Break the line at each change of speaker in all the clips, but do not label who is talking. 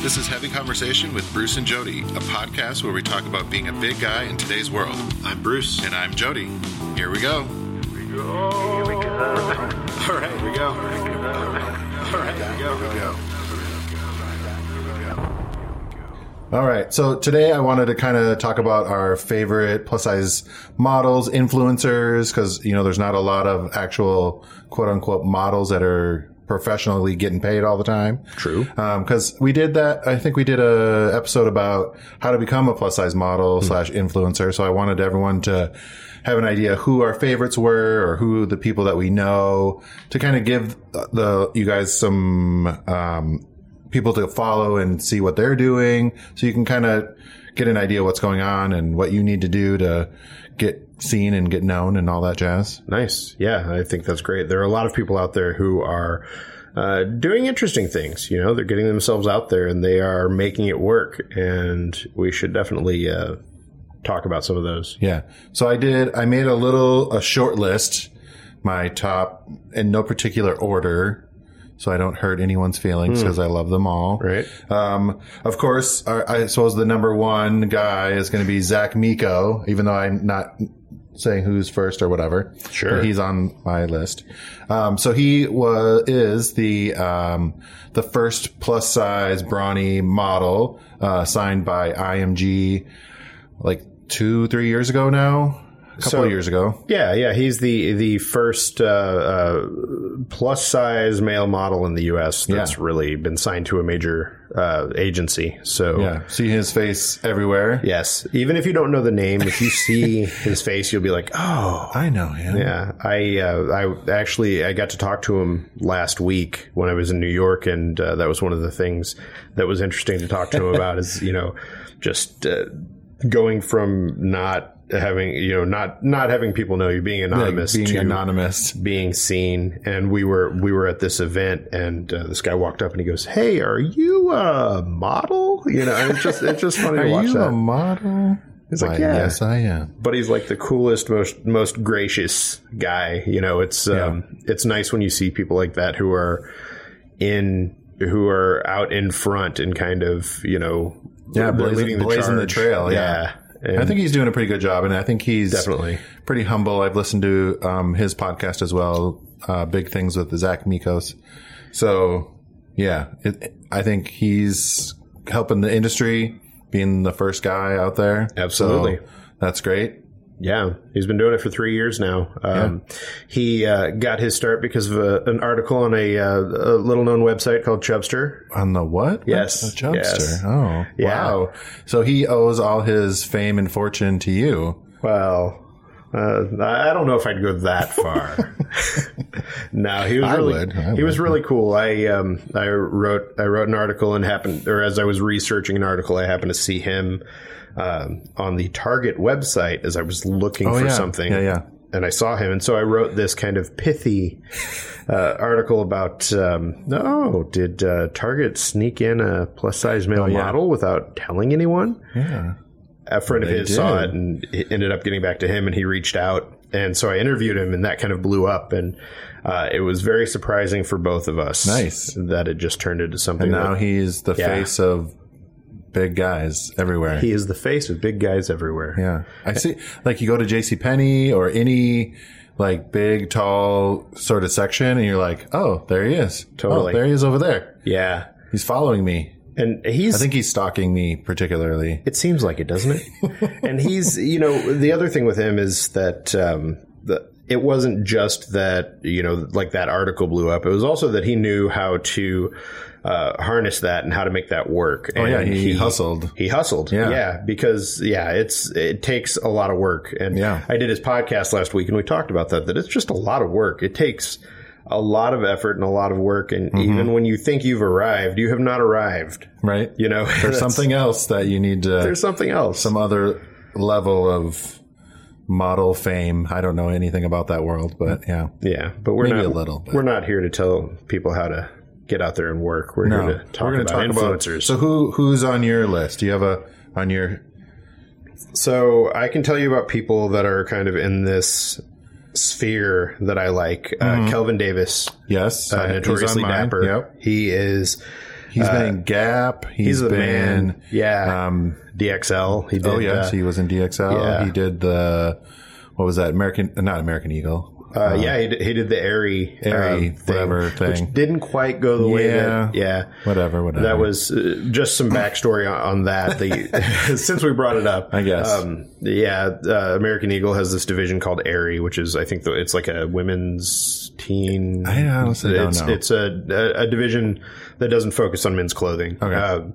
This is Heavy Conversation with Bruce and Jody, a podcast where we talk about being a big guy in today's world. I'm Bruce. And I'm Jody. Here we go.
All right, here we go. All right, here we go.
All right. So today I wanted to kind of talk about our favorite plus size models, influencers, because, you know, there's not a lot of actual quote unquote models that are professionally getting paid all the time.
True.
Because Um, we did that. I think we did a episode about how to become a plus size model slash influencer. So I wanted everyone to have an idea who our favorites were or who the people that we know to kind of give the, you guys some, um, people to follow and see what they're doing so you can kind of get an idea what's going on and what you need to do to get seen and get known and all that jazz.
Nice. Yeah, I think that's great. There are a lot of people out there who are uh, doing interesting things. You know, they're getting themselves out there and they are making it work. And we should definitely uh, talk about some of those.
Yeah. So I did I made a little a short list my top in no particular order so I don't hurt anyone's feelings because I love them all.
Right.
Um, of course, our, I suppose the number one guy is going to be Zach Miko, even though I'm not saying who's first or whatever.
Sure.
But he's on my list. Um, so he was, is the, um, the first plus size brawny model, uh, signed by IMG like two, three years ago now, a couple
So-
of years ago.
Yeah, yeah. He's the the first uh, uh, plus size male model in the U.S. that's
Yeah.
really been signed to a major uh, agency. So
Yeah. See his face everywhere.
yes, even if you don't know the name, if you see his face, you'll be like, oh,
I know him.
Yeah, I uh, I actually I got to talk to him last week when I was in New York, and uh, that was one of the things that was interesting to talk to him about is you know just uh, going from not having you know not not having people know you being
Like
anonymous
being
to
anonymous.
being seen and we were we were at this event and uh, this guy walked up and he goes hey are you a model you know and it's just it's just funny to
Are
watch
you
that
a model? He's
like, yeah.
Yes, I am.
but he's like the coolest, most most gracious guy. You know, it's um, it's nice when you see people like that who are in who are out in front and kind of you know
Yeah,
they're
blazing- blazing the
charge.
trail, yeah.
And
I think he's doing a pretty good job, and I think he's
definitely
pretty humble. I've listened to um, his podcast as well, uh, Big Things with Zach Mikos. So, yeah, it, I think he's helping the industry, being the first guy out there. So
Absolutely.
that's great.
Yeah, he's been doing it for three years now. Um, He uh, got his start because of a, an article on a, uh, a little known website called Chubster.
On the what?
Yes,
The Jumpster.
yes.
Oh,
Yeah.
wow. So he owes all his fame and fortune to you.
Well, uh, I I don't know if I'd go that far. no, he was
I
really
would, I
he was
would.
really cool. I um, I wrote I wrote an article and happened, or as I was researching an article, I happened to see him um, on the Target website as I was looking
Oh,
for
yeah.
something.
Yeah, yeah.
And I saw him, and so I wrote this kind of pithy uh, article about, um, oh, did uh, Target sneak in a plus size male
Oh, yeah.
model without telling anyone?
Yeah.
a friend of
They
his saw
did.
it and it ended up getting back to him and he reached out and so i interviewed him and that kind of blew up and uh, it was very surprising for both of us
Nice.
that it just turned into something
And now
that-
he's the
Yeah.
face of big guys everywhere.
he is the face of big guys everywhere
yeah. I
Eh.
see like you go to JC Penney or any like big tall sort of section and you're like, "Oh, there he is." Oh,
Totally.
there he is over there.
yeah
He's following me.
and he's
I think he's stalking me particularly.
It seems like it, doesn't it? and he's, you know, the other thing with him is that um, the, it wasn't just that, you know, like that article blew up. It was also that he knew how to uh, harness that and how to make that work.
Oh,
And
yeah, he hustled.
Oh, He hustled.
Yeah.
Yeah. because yeah, it's it takes a lot of work. And
Yeah.
I did his podcast last week, and we talked about that. That it's just a lot of work. It takes. A lot of effort and a lot of work, and
Mm-hmm.
even when you think you've arrived, you have not arrived.
Right?
You know,
There's
That's-
something else that you need to
There's something else.
some other level of model fame. I don't know anything about that world, but
Mm-hmm.
yeah.
Yeah, but we're
Maybe
not
a little, but-
We're not here to tell people how to get out there and work. We're
No.
here to talk
We're gonna
about
talk about-
influencers.
So who who's on your list? Do you have a on your
so, I can tell you about people that are kind of in this sphere
Mm-hmm.
that I like. Uh, Kelvin Davis,
Yes,
uh,
I- he's on
notoriously
mine.
dapper.
Yep.
He is
He's been in Gap.
Uh, He's the
been
man. Yeah.
Um,
DXL. He did.
oh yes,
uh,
he was in DXL.
yeah.
He did the what was that American? Not American Eagle.
Uh, yeah, he did, he did the airy, um,
Airy, whatever thing.
which didn't quite go the way that.
Yeah.
Yeah,
Whatever, whatever.
That was uh, just some backstory on, on that. The since we brought it up,
I guess.
Um, yeah, uh, American Eagle has this division called Airy, which is I think the, it's like a women's teen.
I honestly don't
it's,
know.
It's a, a a division that doesn't focus on men's clothing.
Okay.
Um,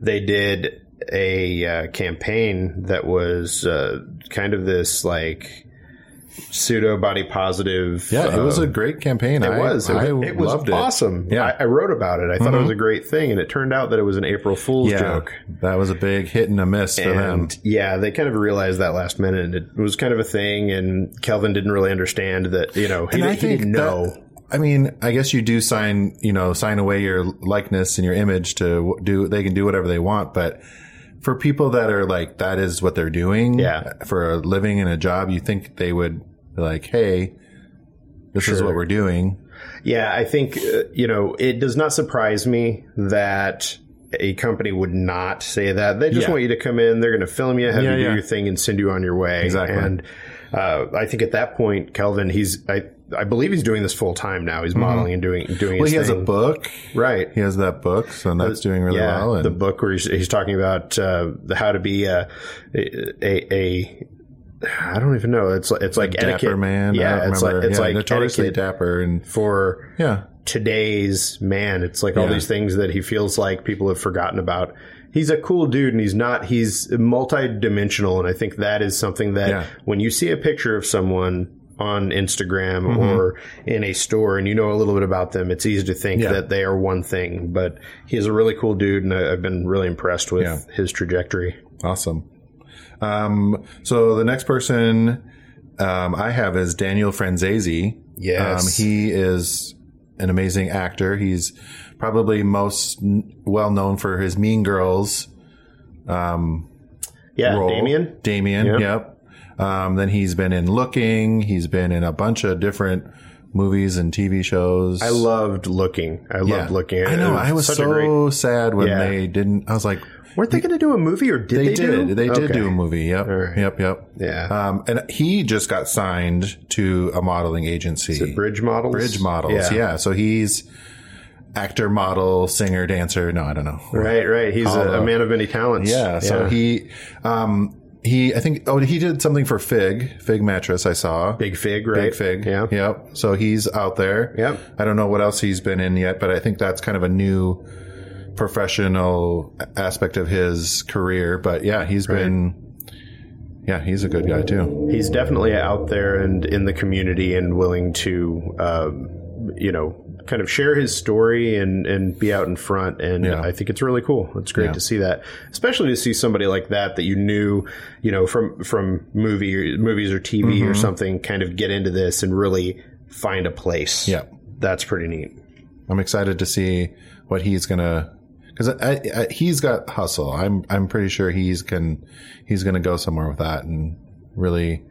they did a uh, campaign that was uh, kind of this like pseudo body positive.
Yeah, it was
uh,
a great campaign.
it
I,
was. It,
I
was- it was
loved
awesome.
It. Yeah, Mm-hmm.
I, I wrote about it. I thought it was a great thing, and it turned out that it was an April Fool's
yeah.
joke.
That was a big hit and a miss for them.
And yeah, they kind of realized that last minute, and it was kind of a thing. And Kelvin didn't really understand that. You know, he,
And
di- he didn't know.
that- I mean, I guess you do sign, you know, sign away your likeness and your image to w- do. They can do whatever they want, but for people that are like that is what they're doing,
Yeah.
for a living and a job, you think they would be like, hey, this is
Sure.
what we're doing.
Yeah, I think uh, you know it does not surprise me that a company would not say that. They just
Yeah.
want you to come in. They're going to film you, have
Yeah,
you do
yeah.
your thing, and send you on your way.
Exactly.
And uh, I think at that point, Kelvin, he's I I believe he's doing this full time now. He's modeling and doing doing.
Mm-hmm. Well,
his
he has a
thing.
book.
right?
He has that book, so that's doing really
yeah,
well. And
the book where he's, he's talking about uh, the- how to be uh, a, a, a I don't even know. It's like it's like
Dapper
etiquette.
Man, I
Yeah,
don't
it's like
remember.
it's
yeah,
like
notoriously
etiquette
dapper, and
for
yeah,
today's man. It's like all
Yeah.
these things that he feels like people have forgotten about. He's a cool dude and he's not, he's multi-dimensional. And I think that is something that
Yeah.
when you see a picture of someone on Instagram
Mm-hmm.
or in a store and you know a little bit about them, it's easy to think
Yeah.
that they are one thing, but he's a really cool dude. And I, I've been really impressed with
Yeah.
his trajectory.
Awesome. Um, so the next person um, I have is Daniel Franzese.
Yes.
Um, he is an amazing actor. He's probably most n- well known for his Mean Girls
Yeah.
role.
Damien.
Damien,
Yep.
yep. Um, then he's been in Looking. He's been in a bunch of different movies and TV shows.
I loved looking. I loved looking.
I know.
It
I was
such a great-
so sad when
Yeah.
they didn't. I was like,
weren't they going to do a movie or did
they,
they,
did.
do?
They did
Okay.
do a movie. Yep.
right.
Yep. Yep.
Yeah.
Um, and he just got signed to a modeling agency,
Bridge models.
Bridge Models. Yeah. So he's actor, model, singer, dancer. No, I don't know.
Right, right. He's a, a man of many talents.
Yeah. So he, um, he, I think, oh, he did something for Fig, Fig Mattress, I saw.
Big Fig, right?
Big Fig.
Yeah.
Yep. So he's out there.
Yep.
I don't know what else he's been in yet, but I think that's kind of a new professional aspect of his career. But yeah, he's been, yeah, he's a good guy too.
He's definitely out there and in the community and willing to, um, you know, kind of share his story and, and be out in front. And
Yeah.
I think it's really cool. It's great
Yeah.
to see that, especially to see somebody like that that you knew, you know, from from movie movies or TV
Mm-hmm.
or something, kind of get into this and really find a place.
Yeah.
that's pretty neat.
I'm excited to see what he's going to, cause I, I, he's got hustle. I'm, I'm pretty sure he's can, he's going to go somewhere with that and really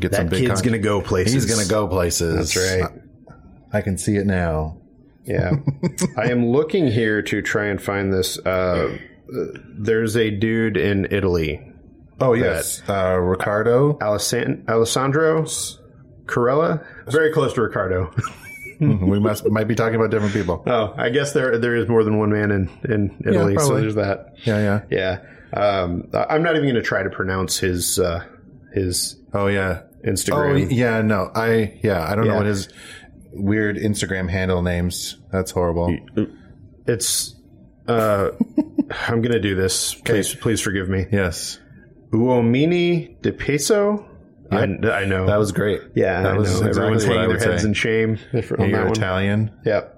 get some
That
big,
kid's
con-
gonna go places.
he's going to go places.
That's right.
I can see it now.
Yeah. I am looking here to try and find this. Uh, uh, there's a dude in Italy,
Oh yes, uh, Ricardo.
Alessan- Alessandro Corella. Very close to Ricardo.
we must might be talking about different people.
Oh, I guess there there is more than one man in, in Italy, so
probably.
there's that.
Yeah, yeah.
Yeah. Um, I- I'm not even going to try to pronounce his uh, his
Oh yeah. Oh
Instagram.
yeah. No, I yeah. I don't know
Yeah.
what his weird Instagram handle names. That's horrible.
It's. Uh, I'm going to do this. Please, please forgive me.
Yes,
Uomini de Peso. I, I know
that was great.
Yeah,
that
I
was
know.
exactly
everyone's
what I
hanging their
would
heads
say.
in shame on
You're
that one.
Italian.
Yep.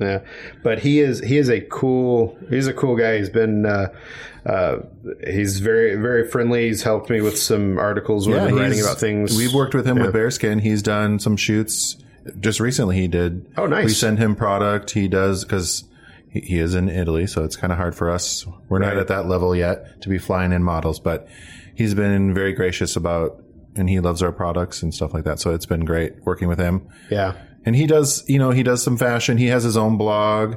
Yeah, but he is he is a cool he's a cool guy. He's been uh, uh, he's very very friendly. He's helped me with some articles when I've been writing
he's-
about things.
We've worked with him with Bearskin. He's done some shoots. Just recently, he did.
Oh, nice.
We send him product. He does because he, he is in Italy, so it's kind of hard for us. We're
Right.
not at that level yet to be flying in models, but he's been very gracious about, and he loves our products and stuff like that. So it's been great working with him.
yeah
and he does you know he does some fashion he has his own blog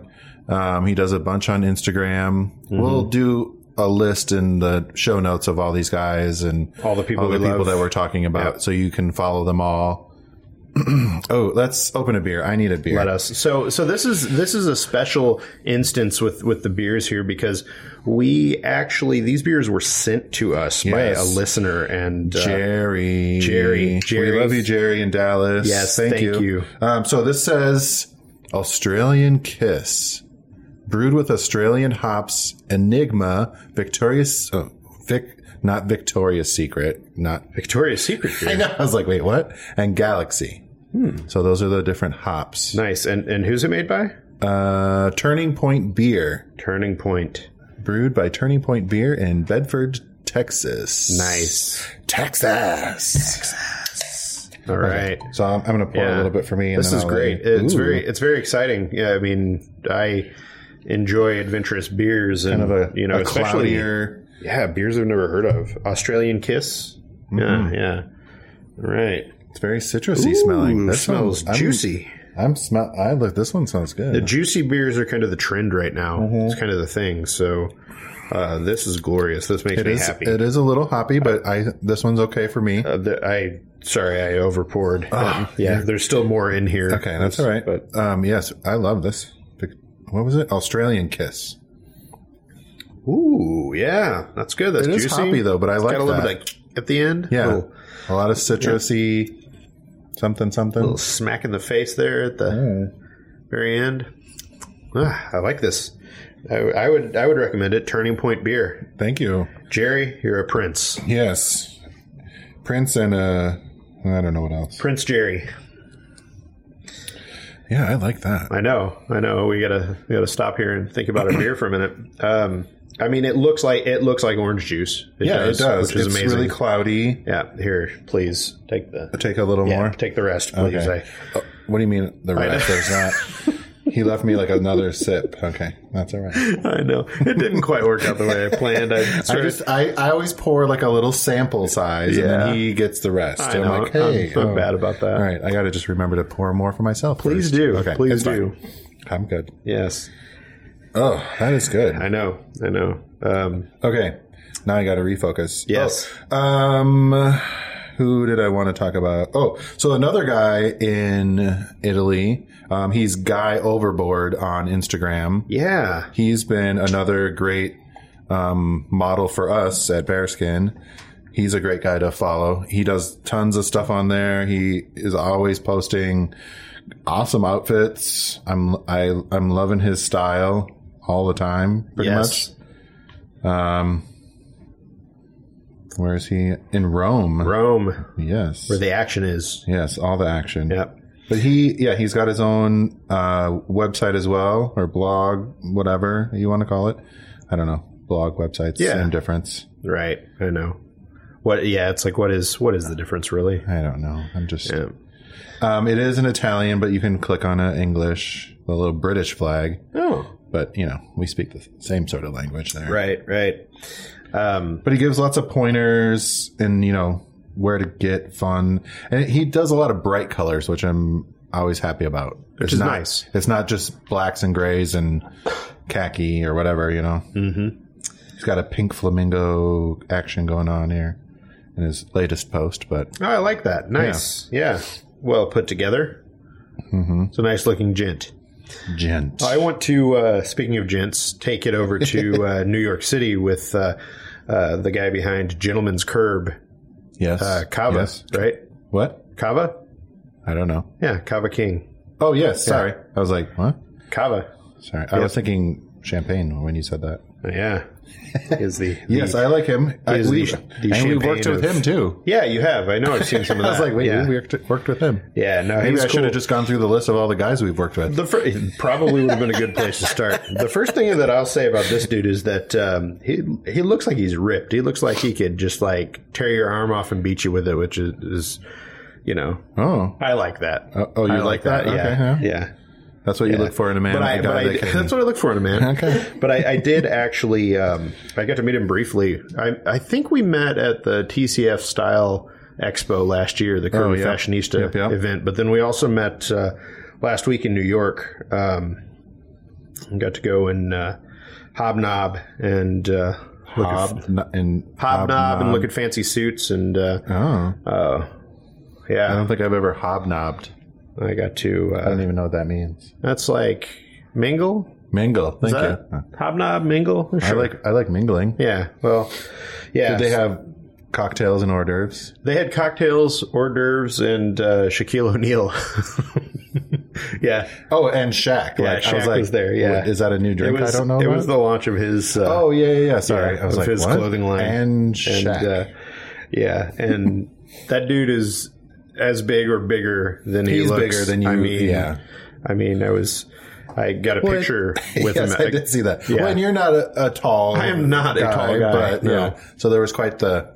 um, he does a bunch on instagram
Mm-hmm.
we'll do a list in the show notes of all these guys and
All the people we love.
that we're talking about so you can follow them all oh let's open a beer i need a beer
let us. So so this is this is a special instance with with the beers here because we actually these beers were sent to us by
Yes.
a listener and uh,
Jerry.
Jerry. Jerry.
We love you, Jerry, in Dallas.
Yes, thank you.
Um, so this says Australian Kiss, brewed with Australian hops, Enigma, Victoria's, oh, Vic, not Victoria's Secret, not.
Victoria's Secret beer.
I know. I was like, wait, what? And Galaxy.
Hmm.
So those are the different hops.
Nice. And and who's it made by?
Uh, Turning Point Beer,
Turning Point.
brewed by Turning Point Beer in Bedford, Texas.
Nice.
Texas.
All right.
So I'm, I'm going to pour
Yeah.
a little bit for me. And
This
then
is
I'll
great.
let you-
It's
Ooh.
very it's very exciting. Yeah, I mean, I enjoy adventurous beers and
kind of a
you know
a
especially
cloudier.
yeah beers I've never heard of. Australian Kiss. Yeah,
Mm-hmm.
yeah. All right.
It's very citrusy smelling.
Ooh,
That
smells
one- I'm-
juicy.
I'm smell. I look. This one smells good.
The juicy beers are kind of the trend right now.
Mm-hmm.
It's kind of the thing. So uh, this is glorious. This makes
it
me
is.
happy.
It is a little hoppy, but I this one's okay for me.
uh, the, I sorry I overpoured. Um, yeah, there's still more in here.
Ah, okay, that's all right.
But
um, yes, I love this. What was it? Australian Kiss.
ooh, yeah, that's good. That's
It is
juicy.
hoppy though, but I like
Got a little
that.
bit of kick at the end.
yeah,
little,
a lot of citrusy, something something.
little smack in the face there at the very end. Ah, I like this. I, I would I would recommend it. Turning Point beer.
Thank you.
Jerry, you're a prince.
Yes, Prince and uh, I don't know what else.
Prince Jerry.
Yeah, I like that.
I know, I know. We gotta we gotta stop here and think about our beer for a minute. Um, I mean, it looks like it looks like orange juice.
yeah, it does.
which is
it's
amazing.
really cloudy.
yeah, here, please take the
Take a little
yeah,
more.
take the rest, please.
Okay.
I,
Oh, what do you mean the rest? There's not. He left me like another sip. Okay, that's all right.
I know it didn't quite work out the way I planned. I,
I
started-
just I, I always pour like a little sample size, and
Yeah.
then he gets the rest.
I
I'm
know,
like, hey,
I'm, I'm
oh.
bad about that.
All right, I got to just remember to pour more for myself.
Please
first.
do. Please
it's fine.
do.
I'm good.
Yes,
Oh, that is good.
I know, I know. Um, oh,
Okay, now I got to refocus.
yes,
Um, who did I want to talk about? Oh, so another guy in Italy. Um, he's Guy Overboard on Instagram.
yeah.
He's been another great um, model for us at Bearskin. He's a great guy to follow. He does tons of stuff on there. He is always posting awesome outfits. I'm I I'm loving his style all the time, pretty
yes.
much. Um, where is he in Rome?
Rome,
Yes,
where the action is.
yes, all the action.
Yep.
But he, yeah, he's got his own uh, website as well, or blog, whatever you want to call it. I don't know. Blog websites,
Yeah.
same difference.
Right. I know. What? Yeah. It's like what is what is the difference really?
I don't know. I'm just.
Yeah.
Um, it is in Italian, but you can click on an English, the little British flag.
Oh.
But you know, we speak the same sort of language there.
Right, right. Um,
But he gives lots of pointers and you know where to get fun, and he does a lot of bright colors, which I'm always happy about. Which
is nice.
It's not just blacks and grays and khaki or whatever. You know.
mhm.
He's got a pink flamingo action going on here in his latest post, but
Oh, I like that. Nice. Yeah. Mm-hmm. Well put together. It's a nice looking gent.
gent.
I want to, uh, speaking of gents, take it over to uh, New York City with uh, uh, the guy behind Gentleman's Curb,
yes.
uh, Kava,
Yes.
right?
What?
Kava?
I don't know.
Yeah, Kava King.
Oh, yes. Sorry. I was like, what?
Kava.
Sorry. I was thinking champagne when you said that.
Yeah. Is the,
Yes, I like him. I,
is
we,
the- the
and we worked
champagne
with
of-
him, too.
yeah, you have. I know. I've seen some of that.
I was like, wait,
yeah.
we worked, worked with him.
Yeah, no,
Maybe
he's
I should
cool.
have just gone through the list of all the guys we've worked with.
The fir- probably would have been a good place to start. The first thing that I'll say about this dude is that um, he he looks like he's ripped. He looks like he could just like tear your arm off and beat you with it, which is, is you know,
Oh.
I like that.
Oh, oh, you
I
like that?
Yeah,
Okay,
yeah.
That's what you look for in a man.
But
a
I,
guy
but I
that can-
that's what I look for in a man.
Okay.
But I, I did actually, um, I got to meet him briefly. I I think we met at the TCF style expo last year, the Curvy
Oh, yeah.
Fashionista
Yep, yep.
event. But then we also met uh, last week in New York. Um, and got to go and uh, hobnob and uh, look at-
Hob, n- and
hobnob, and look at fancy suits and uh,
Oh,
uh,
I
yeah,
don't think I've ever hobnobbed.
I got to.
I
Uh,
don't even know what that means.
that's like mingle.
Mingle. Thank
Is
you.
that it? hobnob mingle?
I like I like mingling.
Yeah. Well. Yeah.
Did they have cocktails and hors d'oeuvres?
They had cocktails, hors d'oeuvres, and uh, Shaquille O'Neal. yeah,
Oh, and Shaq.
Yeah, Shaq was there, yeah.
is that a new
it
drink?
was.
I don't know.
It
about?
was the launch of his. Uh,
Oh yeah, yeah, yeah. Sorry,
yeah,
I was
of
like
his
what?
clothing line.
and
and
Shaq.
uh, yeah, and that dude is as big or bigger than he
He's
looks.
bigger than you.
I mean,
yeah.
I mean, I was. I got a
Well,
picture with
yes,
him.
I did see that.
Yeah.
Well, and you're not a, a tall.
I am not a tall guy,
But no.
yeah.
So there was quite the.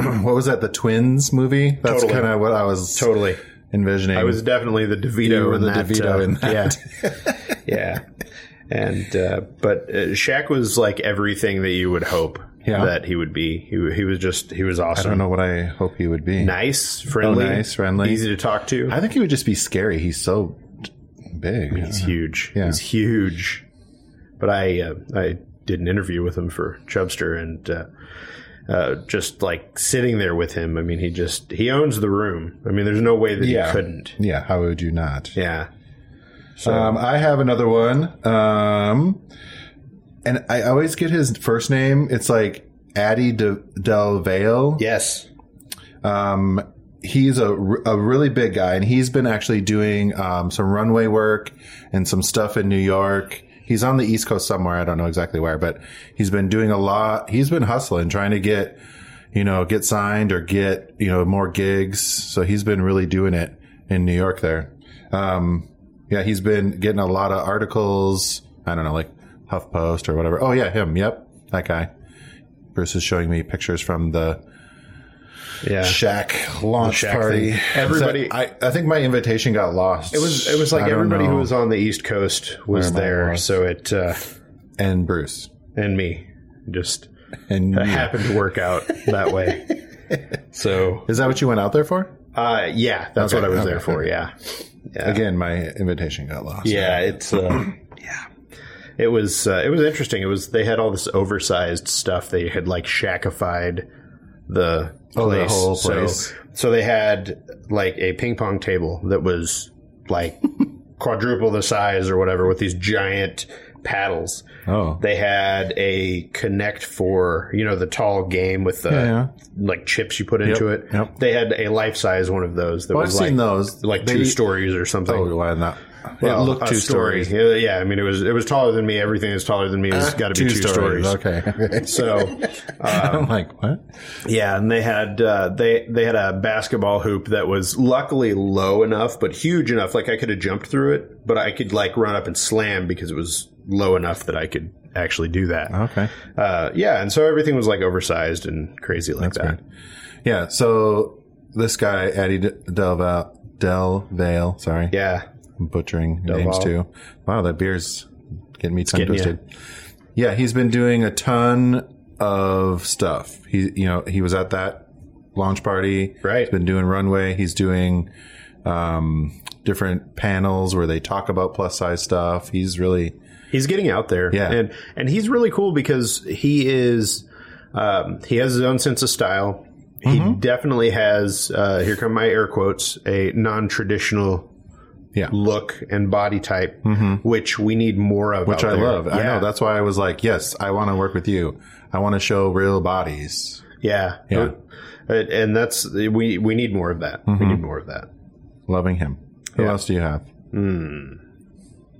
What was that? The twins movie. That's
Totally.
kind of what I was
totally.
envisioning.
I was definitely the
You
DeVito
were
in
the
that.
DeVito
uh,
in that.
Yeah, yeah. And uh, but uh, Shaq was like everything that you would hope
Yeah.
that he would be. He wa- he was just he was
I don't
awesome.
know what I hope he would be.
Nice, friendly,
Oh, nice, friendly.
easy to talk to.
I think he would just be scary. He's so big.
He's huge.
Yeah.
He's huge. But I uh, I did an interview with him for Chubster and uh, uh, just like sitting there with him. I mean, he just he owns the room. I mean, there's no way that
Yeah.
he couldn't.
Yeah. How would you not?
Yeah.
Um, I have another one. Um, and I always get his first name. It's like Addy De- Del Vale.
Yes.
Um, he's a, r- a really big guy and he's been actually doing um, some runway work and some stuff in New York. He's on the East Coast somewhere. I don't know exactly where, but he's been doing a lot. He's been hustling, trying to get, you know, get signed or get, you know, more gigs. So he's been really doing it in New York there. Um, yeah, he's been getting a lot of articles. I don't know, like HuffPost or whatever. Oh, yeah, him. Yep. That guy. Bruce is showing me pictures from the
Yeah.
Shack launch
The Shaq
party.
thing. Everybody-
So I, I think my invitation got lost.
It was it was like
I don't
everybody who
know.
was on the East Coast
Where
was
am I
there.
lost?
So it uh,
and Bruce
and me just
and you.
happened to work out that way. So
Is that what you went out there for?
uh, yeah, that's
Okay,
what I was
okay,
there for.
okay.
Yeah. Yeah.
Again, my invitation got lost.
Yeah, it's uh, yeah. It was uh, it was interesting. It was they had all this oversized stuff. They had like shackified the
Oh, the
place.
whole
So-
place.
So, they had like a ping pong table that was like quadruple the size or whatever with these giant paddles.
Oh.
They had a connect for you know the tall game with the
Yeah, yeah.
like chips you put into it.
yep.
They had a life size one of those that
Well, I've
was like
seen those.
like
They-
two stories or something
Oh, why not?
well,
it looked
a
two
story.
stories. Uh,
Yeah, yeah, I mean, it was it was taller than me. Everything that's taller than me has got to be two, stories. Um,
Okay.
So,
I'm like, what?
yeah, and they had uh, they they had a basketball hoop that was luckily low enough, but huge enough. Like I could have jumped through it, but I could like run up and slam because it was low enough that I could actually do that.
Okay.
Uh, yeah, and so everything was like oversized and crazy like that.
Yeah. So this guy, Eddie Del Val, Del Vale, sorry.
Yeah,
I'm butchering names
Val.
too. Wow, that beer's getting me tongue
getting ya.
twisted. Yeah, he's been doing a ton of stuff. He, you know, he was at that launch party.
Right.
He's been doing runway. He's doing um, different panels where they talk about plus size stuff. He's really
He's getting out there,
Yeah.
and and he's really cool because he is um, he has his own sense of style. He
Mm-hmm.
definitely has uh, here come my air quotes a non traditional
Yeah.
look and body type, which we need more of,
Mm-hmm. which I love. I know that's why I was like, yes, I want to work with you. I want to show real bodies.
yeah,
Yeah. Mm-hmm.
And- and that's we we need more of that. We need more of that.
Loving him. Who else do you have?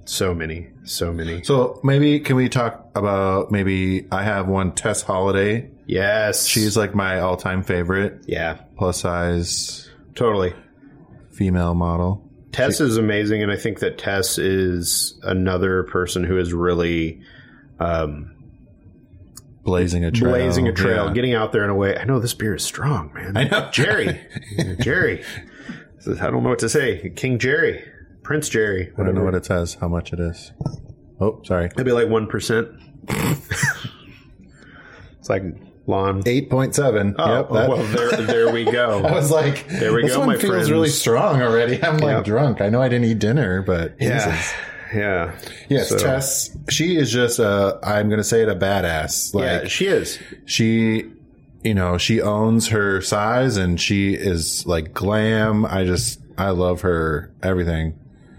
So many, so many.
So maybe can we talk about maybe I have one Tess Holiday.
Yes,
She's like my all time favorite
yeah,
plus size
totally.
female model.
Tess is amazing, and I think that Tess is another person who is really um,
Blazing a trail.
blazing a trail,
Yeah.
getting out there in a way. I know this beer is strong, man.
I know.
Jerry, Jerry. This is- I don't know what to say. King Jerry, Prince Jerry.
I don't know
whatever.
what it says, how much it is. Oh, sorry.
It'd be like one percent. it's like Lon.
Eight point seven.
Oh,
yep. That, Oh,
well, there, there we go.
I was like,
There we
this
go,
one
my
feels
friends.
really strong already. I'm like
Yep.
drunk. I know I didn't eat dinner, but
yeah,
Jesus.
yeah,
Yes,
So-
Tess. She is just a. I'm going to say it a badass. Like
yeah, she is.
she, you know, she owns her size and she is like glam. I just, I love her. Everything.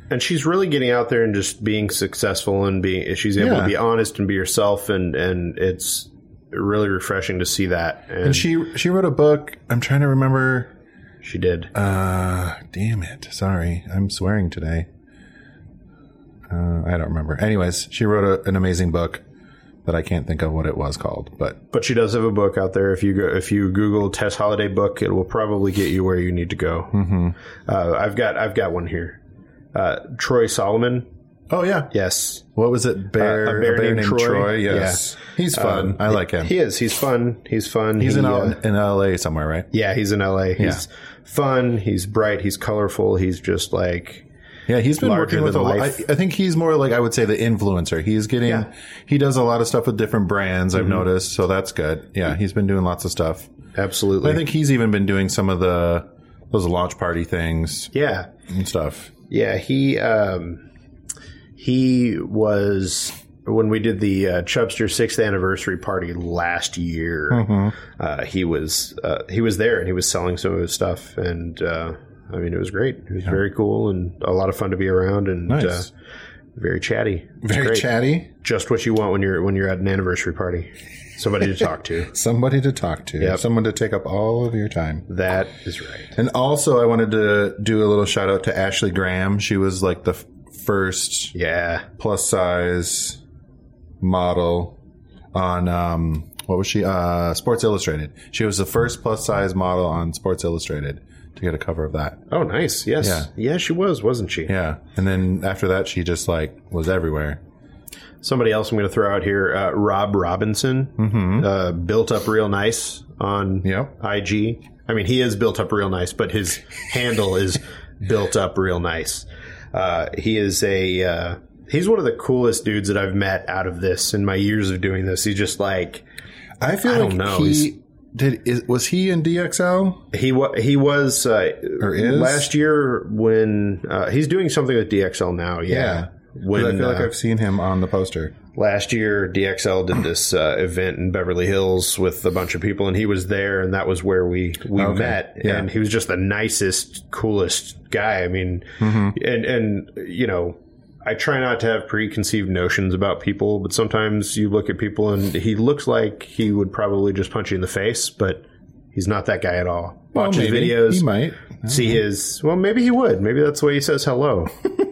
and she's really getting out there and just being successful and being she's able
Yeah.
to be honest and be herself and and it's really refreshing to see that and,
And she, she wrote a book. I'm trying to remember.
she did
Uh, damn it. Sorry. I'm swearing today. Uh, I don't remember. Anyways, she wrote a, an amazing book that I can't think of what it was called, but
but she does have a book out there if you go if you google tess holiday book it will probably get you where you need to go mm-hmm. uh, i've got i've got one here uh, troy solomon
oh yeah.
yes
What was it? Bear,
Uh, A Bear Named Troy?
Yes. He's fun.
Um,
I like him.
he is he's fun he's fun
He's
He,
in,
uh,
L- in LA somewhere, right?
yeah he's in la he's fun he's bright he's colorful he's just like
Yeah, he's been
Larger
working with a
than
lot. I,
life.
I think he's more like I would say the influencer. He's getting he does a lot of stuff with different brands. I've noticed, so that's good. Yeah, he's been doing lots of stuff.
absolutely
I think he's even been doing some of the those launch party things
yeah
and stuff.
Yeah, he um, he was when we did the uh, Chubster sixth anniversary party last year.
Mm-hmm.
Uh, he was uh, he was there and he was selling some of his stuff, and uh, I mean it was great. It was very cool and a lot of fun to be around and uh,
Nice,
very chatty. It's
very
great.
chatty.
Just what you want when you're when you're at an anniversary party. Somebody to talk to.
Somebody to talk to.
Yep.
Someone to take up all of your time.
That is right.
And also, I wanted to do a little shout out to Ashley Graham. She was like the f- first
Yeah.
plus size model on um what was she uh Sports Illustrated. She was the first plus size model on Sports Illustrated to get a cover of that.
Oh, nice. Yes.
Yeah.
Yeah, she was, wasn't she?
Yeah. And then after that she just like was everywhere.
somebody else I'm going to throw out here, uh, Rob Robinson,
Mm-hmm.
uh, built up real nice on
Yep.
IG. I mean, he is built up real nice, but his handle is built up real nice. Uh, he is a uh, he's one of the coolest dudes that I've met out of this in my years of doing this. He's just like
I feel
I
like
don't know.
he
He's-
did is, was he in DXL?
he was he was uh,
Or is?
last year when uh, he's doing something with DXL now. Yeah.
Yeah. 'Cause
When,
I feel like
uh,
I've seen him on the poster.
last year DXL did this uh, event in Beverly Hills with a bunch of people and he was there and that was where we we
Okay.
met
Yeah.
and he was just the nicest coolest guy I mean
Mm-hmm.
and and you know I try not to have preconceived notions about people but sometimes you look at people and he looks like he would probably just punch you in the face but he's not that guy at all watch
Well,
his
Oh, maybe.
videos
He might.
see his well maybe he would maybe that's the way he says hello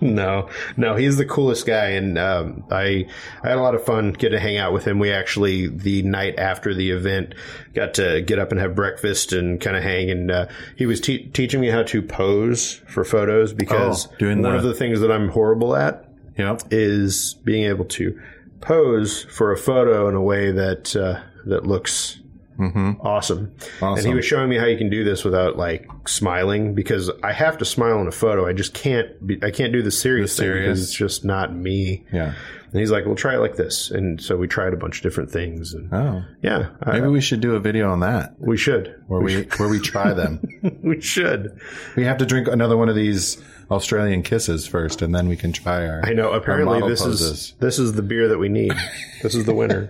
no no he's the coolest guy and um, i i had a lot of fun getting to hang out with him we actually the night after the event got to get up and have breakfast and kind of hang and uh, he was te- teaching me how to pose for photos because
Oh, doing
one
the-
of the things that i'm horrible at
Yep.
is being able to pose for a photo in a way that uh, that looks awesome. And he
Mm-hmm. Awesome.
was showing me how you can do this without like smiling because I have to smile in a photo. I just can't. Be, I can't do the serious, thing
serious.
because it's just not me.
Yeah.
And he's like, "Well, try it like this." And so we tried a bunch of different things. And
Oh.
yeah, I-
Maybe we should do a video on that
we should.
where we where we try them.
we should.
We have to drink another one of these Australian kisses first, and then we can try our.
I know.
our
Apparently,
model
this
poses.
is this is the beer that we need. this is the winner.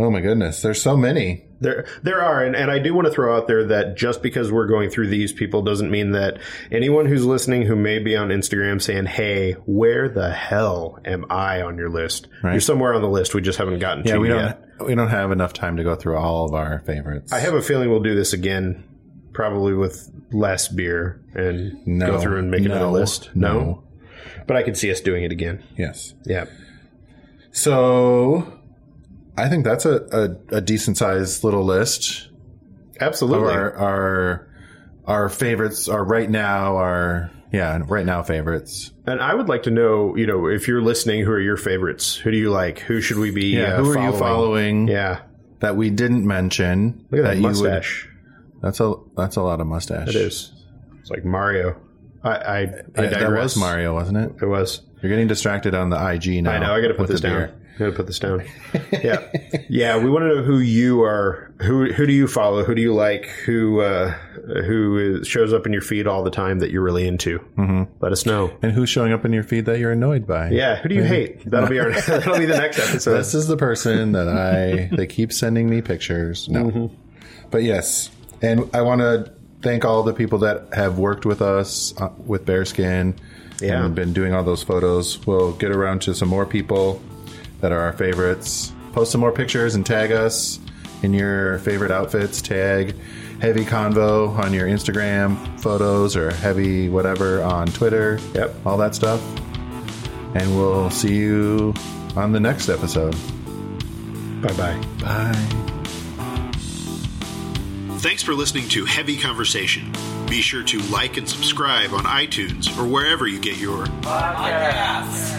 Oh my goodness, there's so many.
There, there are, and, and I do want to throw out there that just because we're going through these people doesn't mean that anyone who's listening who may be on Instagram saying, "Hey, where the hell am I on your list? You're somewhere on the list. We just haven't gotten
Yeah,
to
we
you
don't
yet."
we don't have enough time to go through all of our favorites.
I have a feeling we'll do this again, probably with less beer and
No.
go through and make
No.
another list.
No.
but I could see us doing it again.
yes.
Yeah,
So, I think that's a a, a decent sized little list of
absolutely.
our our our favorites. Our right now our yeah right now favorites.
And I would like to know, you know, if you're listening, who are your favorites? Who do you like? Who should we be? uh,
who are you following
Yeah,
that we didn't mention?
look at that,
you would-
mustache.
that's a that's a lot of mustache.
It is. It's like Mario. I I, I
Yeah, that
digress.
was Mario, wasn't it?
It was.
You're getting distracted on the IG now.
I know. I got to put
with
this
the
down.
beer.
gotta put this down. yeah, yeah. We want to know who you are. Who who do you follow? Who do you like? Who uh, who is, shows up in your feed all the time that you're really into? Mm-hmm. Let us know.
And who's showing up in your feed that you're annoyed by?
Yeah, who do
Mm-hmm.
you hate? That'll be our that'll be the next episode.
This is the person that I they keep sending me pictures. No. But yes, and I want to thank all the people that have worked with us uh, with Bearskin
Yeah.
and been doing all those photos. We'll get around to some more people that are our favorites. Post some more pictures and tag us in your favorite outfits. Tag Heavy Convo on your Instagram photos or Heavy whatever on Twitter.
Yep.
All that stuff. And we'll see you on the next episode.
bye bye.
Bye.
Thanks for listening to Heavy Conversation. Be sure to like and subscribe on iTunes or wherever you get your
Podcasts.